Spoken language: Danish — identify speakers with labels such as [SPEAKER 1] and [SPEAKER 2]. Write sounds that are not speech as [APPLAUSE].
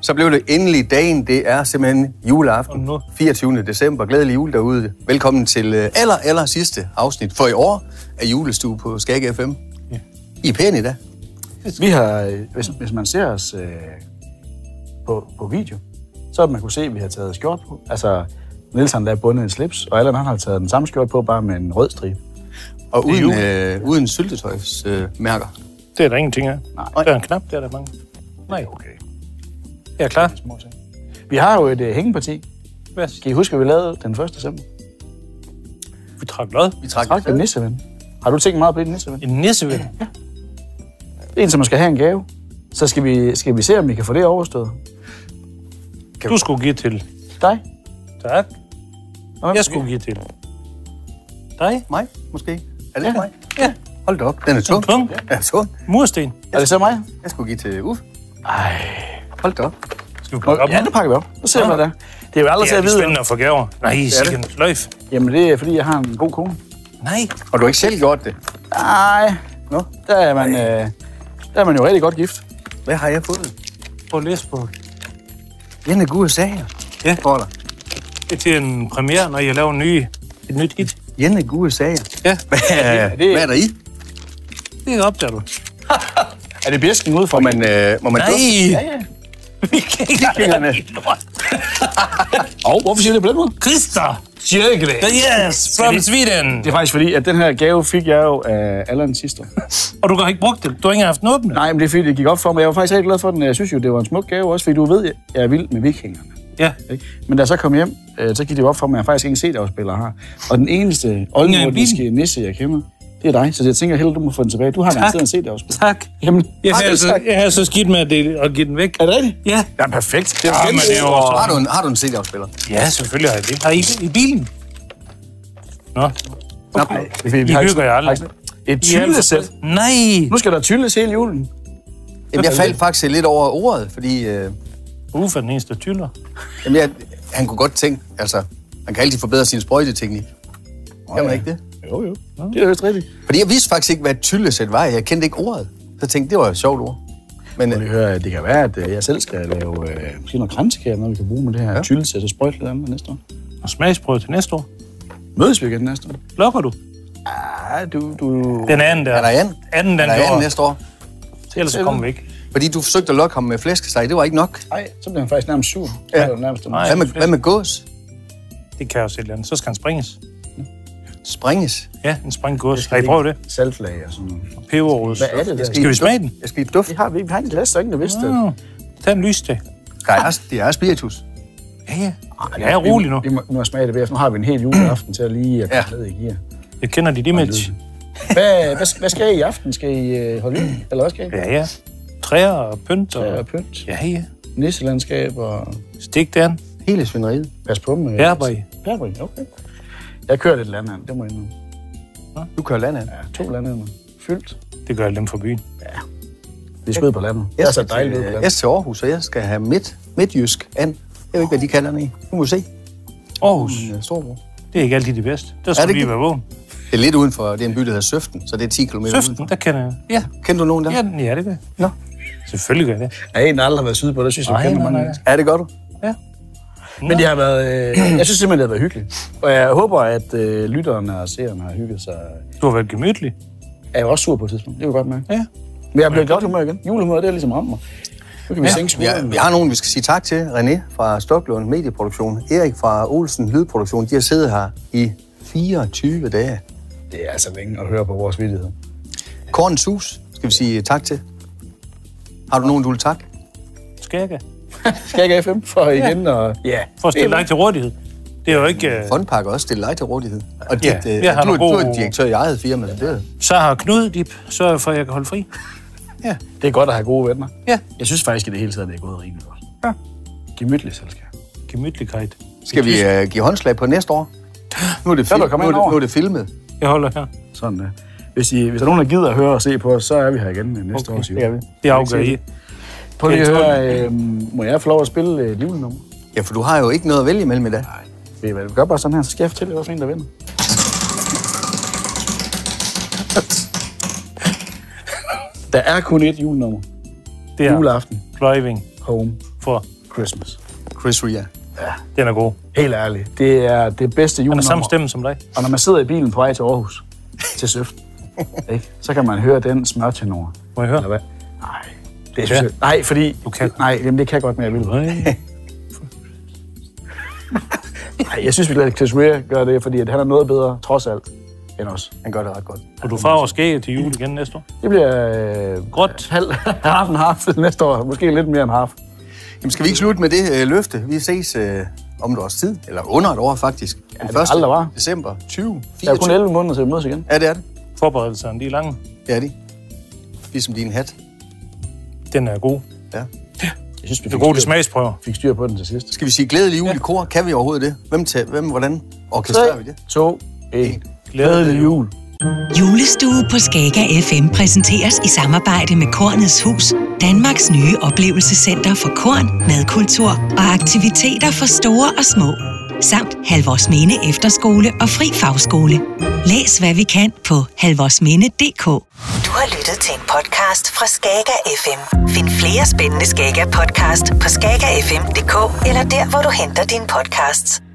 [SPEAKER 1] Så blev det endelig dagen. Det er simpelthen
[SPEAKER 2] Og
[SPEAKER 1] juleaften,
[SPEAKER 2] nu-
[SPEAKER 1] 24. december. Glædelig jul derude. Velkommen til øh, aller, aller sidste afsnit for i år af julestue på Skag FM.
[SPEAKER 2] Ja.
[SPEAKER 1] I er pæne i dag.
[SPEAKER 3] Vi har, øh, hvis, hvis man ser os øh, på, på video, så vil man kunne se, at vi har taget skjort på. Altså, Niels han der er bundet i en slips, og Allan han har taget den samme skjort på, bare med en rød stribe.
[SPEAKER 1] Og
[SPEAKER 2] Det er
[SPEAKER 1] uden, øh, uden syltetøjsmærker. Øh, mærker.
[SPEAKER 2] Det er der ingenting af.
[SPEAKER 3] Nej.
[SPEAKER 2] Der er en knap, der er der mange. Nej,
[SPEAKER 3] Okay.
[SPEAKER 2] jeg er klar.
[SPEAKER 3] Små ting. Vi har jo et øh, hængeparti.
[SPEAKER 2] Hvad?
[SPEAKER 3] Kan I huske, at vi lavede den 1. december?
[SPEAKER 2] Vi trak lod.
[SPEAKER 1] Vi trak
[SPEAKER 3] Tak, den nisseven. Har du tænkt meget på din nisseven?
[SPEAKER 2] En nissevind.
[SPEAKER 3] En, som skal have en gave. Så skal vi, skal vi se, om vi kan få det overstået.
[SPEAKER 2] Du skulle give til.
[SPEAKER 3] Dig?
[SPEAKER 2] Tak.
[SPEAKER 3] Nå, hvem
[SPEAKER 2] Jeg
[SPEAKER 3] skal vi-
[SPEAKER 2] skulle give til. Dig?
[SPEAKER 1] Øh, mig, måske. Er det ja. mig?
[SPEAKER 2] Ja.
[SPEAKER 1] Hold da op. Den er tung.
[SPEAKER 2] tung.
[SPEAKER 1] Den er tung.
[SPEAKER 2] Mursten.
[SPEAKER 3] Er det så mig?
[SPEAKER 1] Jeg skulle give til uh. Uffe.
[SPEAKER 3] Ej.
[SPEAKER 1] Hold da op.
[SPEAKER 2] Skal vi
[SPEAKER 3] Må,
[SPEAKER 2] pakke op?
[SPEAKER 3] ja, nu pakker vi op. Nu ser vi, hvad det er. Det er jo aldrig
[SPEAKER 2] Det
[SPEAKER 3] til
[SPEAKER 2] er lidt
[SPEAKER 3] at vide.
[SPEAKER 2] spændende at få gaver. Nej, sikke en sløjf.
[SPEAKER 3] Jamen, det er, fordi jeg har en god kone.
[SPEAKER 2] Nej.
[SPEAKER 1] Har du ikke selv gjort det?
[SPEAKER 3] Nej. Nå, der er man, øh, der er man jo rigtig godt gift.
[SPEAKER 1] Hvad har jeg fået?
[SPEAKER 2] Prøv at læse på.
[SPEAKER 1] Den er gode sager.
[SPEAKER 2] Ja.
[SPEAKER 1] Får dig.
[SPEAKER 2] Det er til en premiere, når jeg laver en ny, et nyt hit.
[SPEAKER 1] Jenne gode sager.
[SPEAKER 2] Ja,
[SPEAKER 1] Hvad, er,
[SPEAKER 3] det-
[SPEAKER 1] hvad er der i?
[SPEAKER 2] det opdager du.
[SPEAKER 3] Er det bjæsken ude for
[SPEAKER 1] Må man, øh, må man
[SPEAKER 2] Nej!
[SPEAKER 1] dufte?
[SPEAKER 2] Ja, ja. Vi kan [LAUGHS] ikke
[SPEAKER 1] Kyllingerne.
[SPEAKER 3] Og hvorfor siger du det på den måde?
[SPEAKER 2] Christa!
[SPEAKER 3] Cirke det.
[SPEAKER 2] Yes, from Sweden!
[SPEAKER 3] Det er faktisk fordi, at den her gave fik jeg jo af Allan sidste år.
[SPEAKER 2] Og du har ikke brugt det. Du har ikke haft den åbne.
[SPEAKER 3] [LAUGHS] Nej, men det er fordi, det gik op for mig. Jeg var faktisk rigtig glad for den. Jeg synes jo, det var en smuk gave også, fordi du ved, jeg er vild med vikingerne.
[SPEAKER 2] Ja.
[SPEAKER 3] Ikke? Men da jeg så kom hjem, øh, så gik det jo op for mig, at jeg faktisk ingen CD-afspiller har. Og den eneste oldnordiske nisse, jeg kender, det er dig. Så jeg tænker, held, du må få den tilbage. Du har garanteret en CD-afspiller.
[SPEAKER 2] Tak.
[SPEAKER 3] Jamen,
[SPEAKER 2] Jeg har,
[SPEAKER 3] ej,
[SPEAKER 2] altså,
[SPEAKER 3] tak.
[SPEAKER 2] jeg har så skidt med at, dele, at give den væk.
[SPEAKER 3] Er det rigtigt?
[SPEAKER 2] Ja.
[SPEAKER 3] Ja, perfekt. Det er
[SPEAKER 1] Ah,
[SPEAKER 2] Ja, men det er jo
[SPEAKER 1] Har du en, har du en CD-afspiller?
[SPEAKER 2] Ja, selvfølgelig har jeg det. Har I i bilen? Nå,
[SPEAKER 3] Nej, vi,
[SPEAKER 2] I hygger jer aldrig.
[SPEAKER 3] Et
[SPEAKER 2] I er altså- alt for
[SPEAKER 3] tyllesæt.
[SPEAKER 2] fred. Nej!
[SPEAKER 3] Nu skal der tyldes hele julen.
[SPEAKER 1] Jamen, jeg faldt faktisk lidt over ordet, fordi øh,
[SPEAKER 2] Uffe er den eneste, der tyller.
[SPEAKER 1] jamen, jeg, han kunne godt tænke, altså, man kan altid forbedre sin sprøjteteknik. Kan man ikke det?
[SPEAKER 3] Jo, jo. Det er jo vist rigtigt.
[SPEAKER 1] Fordi jeg vidste faktisk ikke, hvad et tyllesæt var. Jeg kendte ikke ordet. Så tænkte jeg, det var et sjovt ord. Men
[SPEAKER 3] Og
[SPEAKER 1] øh,
[SPEAKER 3] det, hører, det kan være, at øh, jeg selv skal lave øh, måske noget kransekage, noget vi kan bruge med det her ja. tyllesæt og sprøjte lidt andet næste år.
[SPEAKER 2] Og smagsprøve til næste år.
[SPEAKER 3] Mødes vi igen næste år?
[SPEAKER 2] Lukker du?
[SPEAKER 3] Ja, du... du...
[SPEAKER 2] Den anden der.
[SPEAKER 1] er der anden?
[SPEAKER 2] Anden,
[SPEAKER 1] Er
[SPEAKER 2] den
[SPEAKER 1] der anden
[SPEAKER 2] går.
[SPEAKER 1] næste år?
[SPEAKER 2] Ellers så kommer vi ikke.
[SPEAKER 1] Fordi du forsøgte at lokke ham med flæskesteg. Det var ikke nok.
[SPEAKER 3] Nej, så bliver han faktisk nærmest sur. Ja. Det er jo nærmest en...
[SPEAKER 2] Nej.
[SPEAKER 1] Hvad med, hvad med gås?
[SPEAKER 2] Det kan jeg jo se et eller andet. Så skal han springes.
[SPEAKER 1] Springes?
[SPEAKER 2] Ja, en springgås. Har I prøvet det?
[SPEAKER 3] Saltlag og sådan noget.
[SPEAKER 2] Peberrods.
[SPEAKER 3] Hvad er det der?
[SPEAKER 2] Skal vi smage den?
[SPEAKER 1] Jeg skal i duft.
[SPEAKER 3] Det har vi, vi har ikke læst, så ingen øh. der vidste det.
[SPEAKER 2] Nå, Tag en lys til.
[SPEAKER 1] Der er, det er spiritus.
[SPEAKER 2] Ja, ja. Ja, rolig nu.
[SPEAKER 3] Vi, vi må, vi må smage det bagefter. Nu har vi en hel juleaften til at lige at komme
[SPEAKER 1] Ja.
[SPEAKER 3] ned i gear.
[SPEAKER 2] Jeg kender dit image.
[SPEAKER 3] Hvad, hvad, hvad skal I i aften? Skal I øh, holde jul? Eller hvad skal I?
[SPEAKER 2] Ja, ja. Træer og pynt og...
[SPEAKER 3] Ja. Pynt,
[SPEAKER 2] Ja, ja.
[SPEAKER 3] nisselandskab og
[SPEAKER 2] Stik der.
[SPEAKER 1] Hele svineriet.
[SPEAKER 3] Pas på med...
[SPEAKER 2] Herberg.
[SPEAKER 3] Herberg, okay. Jeg kører lidt landhandel, det må jeg indrømme.
[SPEAKER 1] Du kører landet.
[SPEAKER 3] Ja, to landhandler. Fyldt.
[SPEAKER 2] Det gør alle dem fra byen.
[SPEAKER 3] Vi skal ud på landet. Det er så dejligt ud på landet.
[SPEAKER 1] Jeg skal til Aarhus, og jeg skal have midt, midtjysk and. Jeg ved ikke, hvad de kalder den i. Nu må vi se.
[SPEAKER 2] Aarhus.
[SPEAKER 1] Min, øh, storbror.
[SPEAKER 2] Mm. Det er ikke altid det bedste. Der skal
[SPEAKER 1] det
[SPEAKER 2] vi
[SPEAKER 1] ikke?
[SPEAKER 2] være vågen.
[SPEAKER 1] Det er lidt udenfor. Det er en by, der hedder Søften, så det er 10 km udenfor.
[SPEAKER 2] Søften, der kender jeg. Ja,
[SPEAKER 1] Kender du nogen der?
[SPEAKER 2] ja, den- ja det gør jeg.
[SPEAKER 1] Nå.
[SPEAKER 2] Selvfølgelig gør jeg det.
[SPEAKER 3] Jeg er en, der aldrig har været sydpå, det synes jeg,
[SPEAKER 2] Nej,
[SPEAKER 3] jeg kender
[SPEAKER 2] nej,
[SPEAKER 3] mange
[SPEAKER 2] nej.
[SPEAKER 3] mennesker.
[SPEAKER 1] Er det godt, du?
[SPEAKER 3] Men det har været, øh, [CLEARS THROAT] jeg synes simpelthen, det har været hyggeligt. Og jeg håber, at øh, lytterne og seerne har hygget sig.
[SPEAKER 2] Du har været gemytlig.
[SPEAKER 3] Jeg er jo også sur på et tidspunkt, det kan jeg godt mærke.
[SPEAKER 2] Ja.
[SPEAKER 3] Men jeg bliver godt humør igen. Julehumøret, det har ligesom ramt mig. Nu kan vi ja. sænke
[SPEAKER 1] Vi har,
[SPEAKER 3] skulderen.
[SPEAKER 1] vi har nogen, vi skal sige tak til. René fra Stoklund Medieproduktion, Erik fra Olsen Lydproduktion. De har siddet her i 24 dage.
[SPEAKER 3] Det er altså længe at høre på vores vidtighed.
[SPEAKER 1] Korn Sus skal vi sige tak til. Har du nogen, du vil takke?
[SPEAKER 2] Skal jeg ikke?
[SPEAKER 3] Skal jeg FM for igen? Og, ja.
[SPEAKER 2] For at stille dig til rådighed. Det er jo ikke... øh,
[SPEAKER 1] Fondpark også stille dig til rådighed. Og dit,
[SPEAKER 2] Ja,
[SPEAKER 1] øh,
[SPEAKER 2] jeg har
[SPEAKER 1] du, er-
[SPEAKER 2] nogle
[SPEAKER 1] du er
[SPEAKER 2] gode-
[SPEAKER 1] direktør i eget firma. så Det. er-
[SPEAKER 2] Så har Knud, de sørger for, at jeg kan holde fri.
[SPEAKER 3] Det er godt at have gode venner.
[SPEAKER 2] Ja.
[SPEAKER 3] Jeg synes faktisk, at det hele taget det er gået rimelig godt.
[SPEAKER 2] Ja.
[SPEAKER 3] Gemytligt selskab.
[SPEAKER 2] Gemytlighed.
[SPEAKER 1] Skal vi øh, give håndslag på næste år? Nu er det,
[SPEAKER 3] Så er
[SPEAKER 1] fil-
[SPEAKER 3] der
[SPEAKER 1] nu
[SPEAKER 3] kommet
[SPEAKER 1] er det,
[SPEAKER 3] ind over.
[SPEAKER 1] nu er det filmet.
[SPEAKER 2] Jeg holder her.
[SPEAKER 3] Sådan der. Hvis, I, hvis der er nogen, der gider at høre og se på os, så er vi her igen øh, næste okay. år. Det vi.
[SPEAKER 2] Det afgør I.
[SPEAKER 3] Prøv lige
[SPEAKER 2] Det
[SPEAKER 3] at
[SPEAKER 2] er
[SPEAKER 3] høre, øh, må jeg få lov at spille et julenummer?
[SPEAKER 1] Ja, for du har jo ikke noget at vælge imellem i dag. Nej.
[SPEAKER 3] Ved I hvad, vi gør bare sådan her, så skal jeg fortælle jer, hvad for en, der vinder. [LAUGHS] Der er kun ét julenummer.
[SPEAKER 2] Det
[SPEAKER 3] Ja.
[SPEAKER 2] er
[SPEAKER 3] Juleaften.
[SPEAKER 2] Driving
[SPEAKER 3] Home.
[SPEAKER 2] for
[SPEAKER 3] Christmas.
[SPEAKER 1] Chris Ria.
[SPEAKER 2] den er god.
[SPEAKER 3] Helt ærligt. Det er det bedste
[SPEAKER 2] Han er samme
[SPEAKER 3] julenummer.
[SPEAKER 2] stemme som dig.
[SPEAKER 3] Og når man sidder i bilen på vej til Aarhus, til Søften, ikke, så kan man høre den smørtenor.
[SPEAKER 2] Må jeg høre?
[SPEAKER 3] Eller hvad? Nej, det synes jeg. Nej, fordi...
[SPEAKER 2] Du kan.
[SPEAKER 3] Nej, jamen, det kan jeg godt med at lytte. Nej, jeg synes, vi lader Chris Rea gøre det, fordi at han er noget bedre, trods alt, end os.
[SPEAKER 1] Han gør det ret godt.
[SPEAKER 2] Og du farver skæg til jul igen næste år.
[SPEAKER 3] Det bliver... Øh,
[SPEAKER 2] Gråt.
[SPEAKER 3] Halv, half and half næste år. Måske lidt mere end half.
[SPEAKER 1] Jamen, skal vi ikke slutte med det øh, løfte? Vi ses øh, om et års tid, eller under et år faktisk. Ja,
[SPEAKER 3] det er aldrig var.
[SPEAKER 1] december 2024.
[SPEAKER 3] Der er kun 11 måneder til vi mødes igen.
[SPEAKER 1] Ja, det er det.
[SPEAKER 2] Forberedelserne, de er lange.
[SPEAKER 1] Det er det. Ligesom din hat.
[SPEAKER 2] Den er god.
[SPEAKER 1] Ja.
[SPEAKER 3] Jeg synes, vi
[SPEAKER 2] Det er gode, de
[SPEAKER 3] styr,
[SPEAKER 2] smagsprøver.
[SPEAKER 3] fik styr på den til sidst.
[SPEAKER 1] Skal vi sige glædelig jul i kor? Kan vi overhovedet det? Hvem, tager, hvem hvordan orkestrerer vi det?
[SPEAKER 3] 2, 1.
[SPEAKER 2] Glædelig
[SPEAKER 3] Glædelig jul.
[SPEAKER 4] Julestue på Skager FM præsenteres i samarbejde med Kornets Hus, Danmarks nye oplevelsescenter for korn, madkultur og aktiviteter for store og små. Samt Halvorsminde Efterskole og Fri Fagskole. Læs hvad vi kan på halvorsminde.dk.
[SPEAKER 5] Du har lyttet til en podcast fra Skager FM. Find flere spændende Skager podcast på skagerfm.dk eller der, hvor du henter dine podcasts.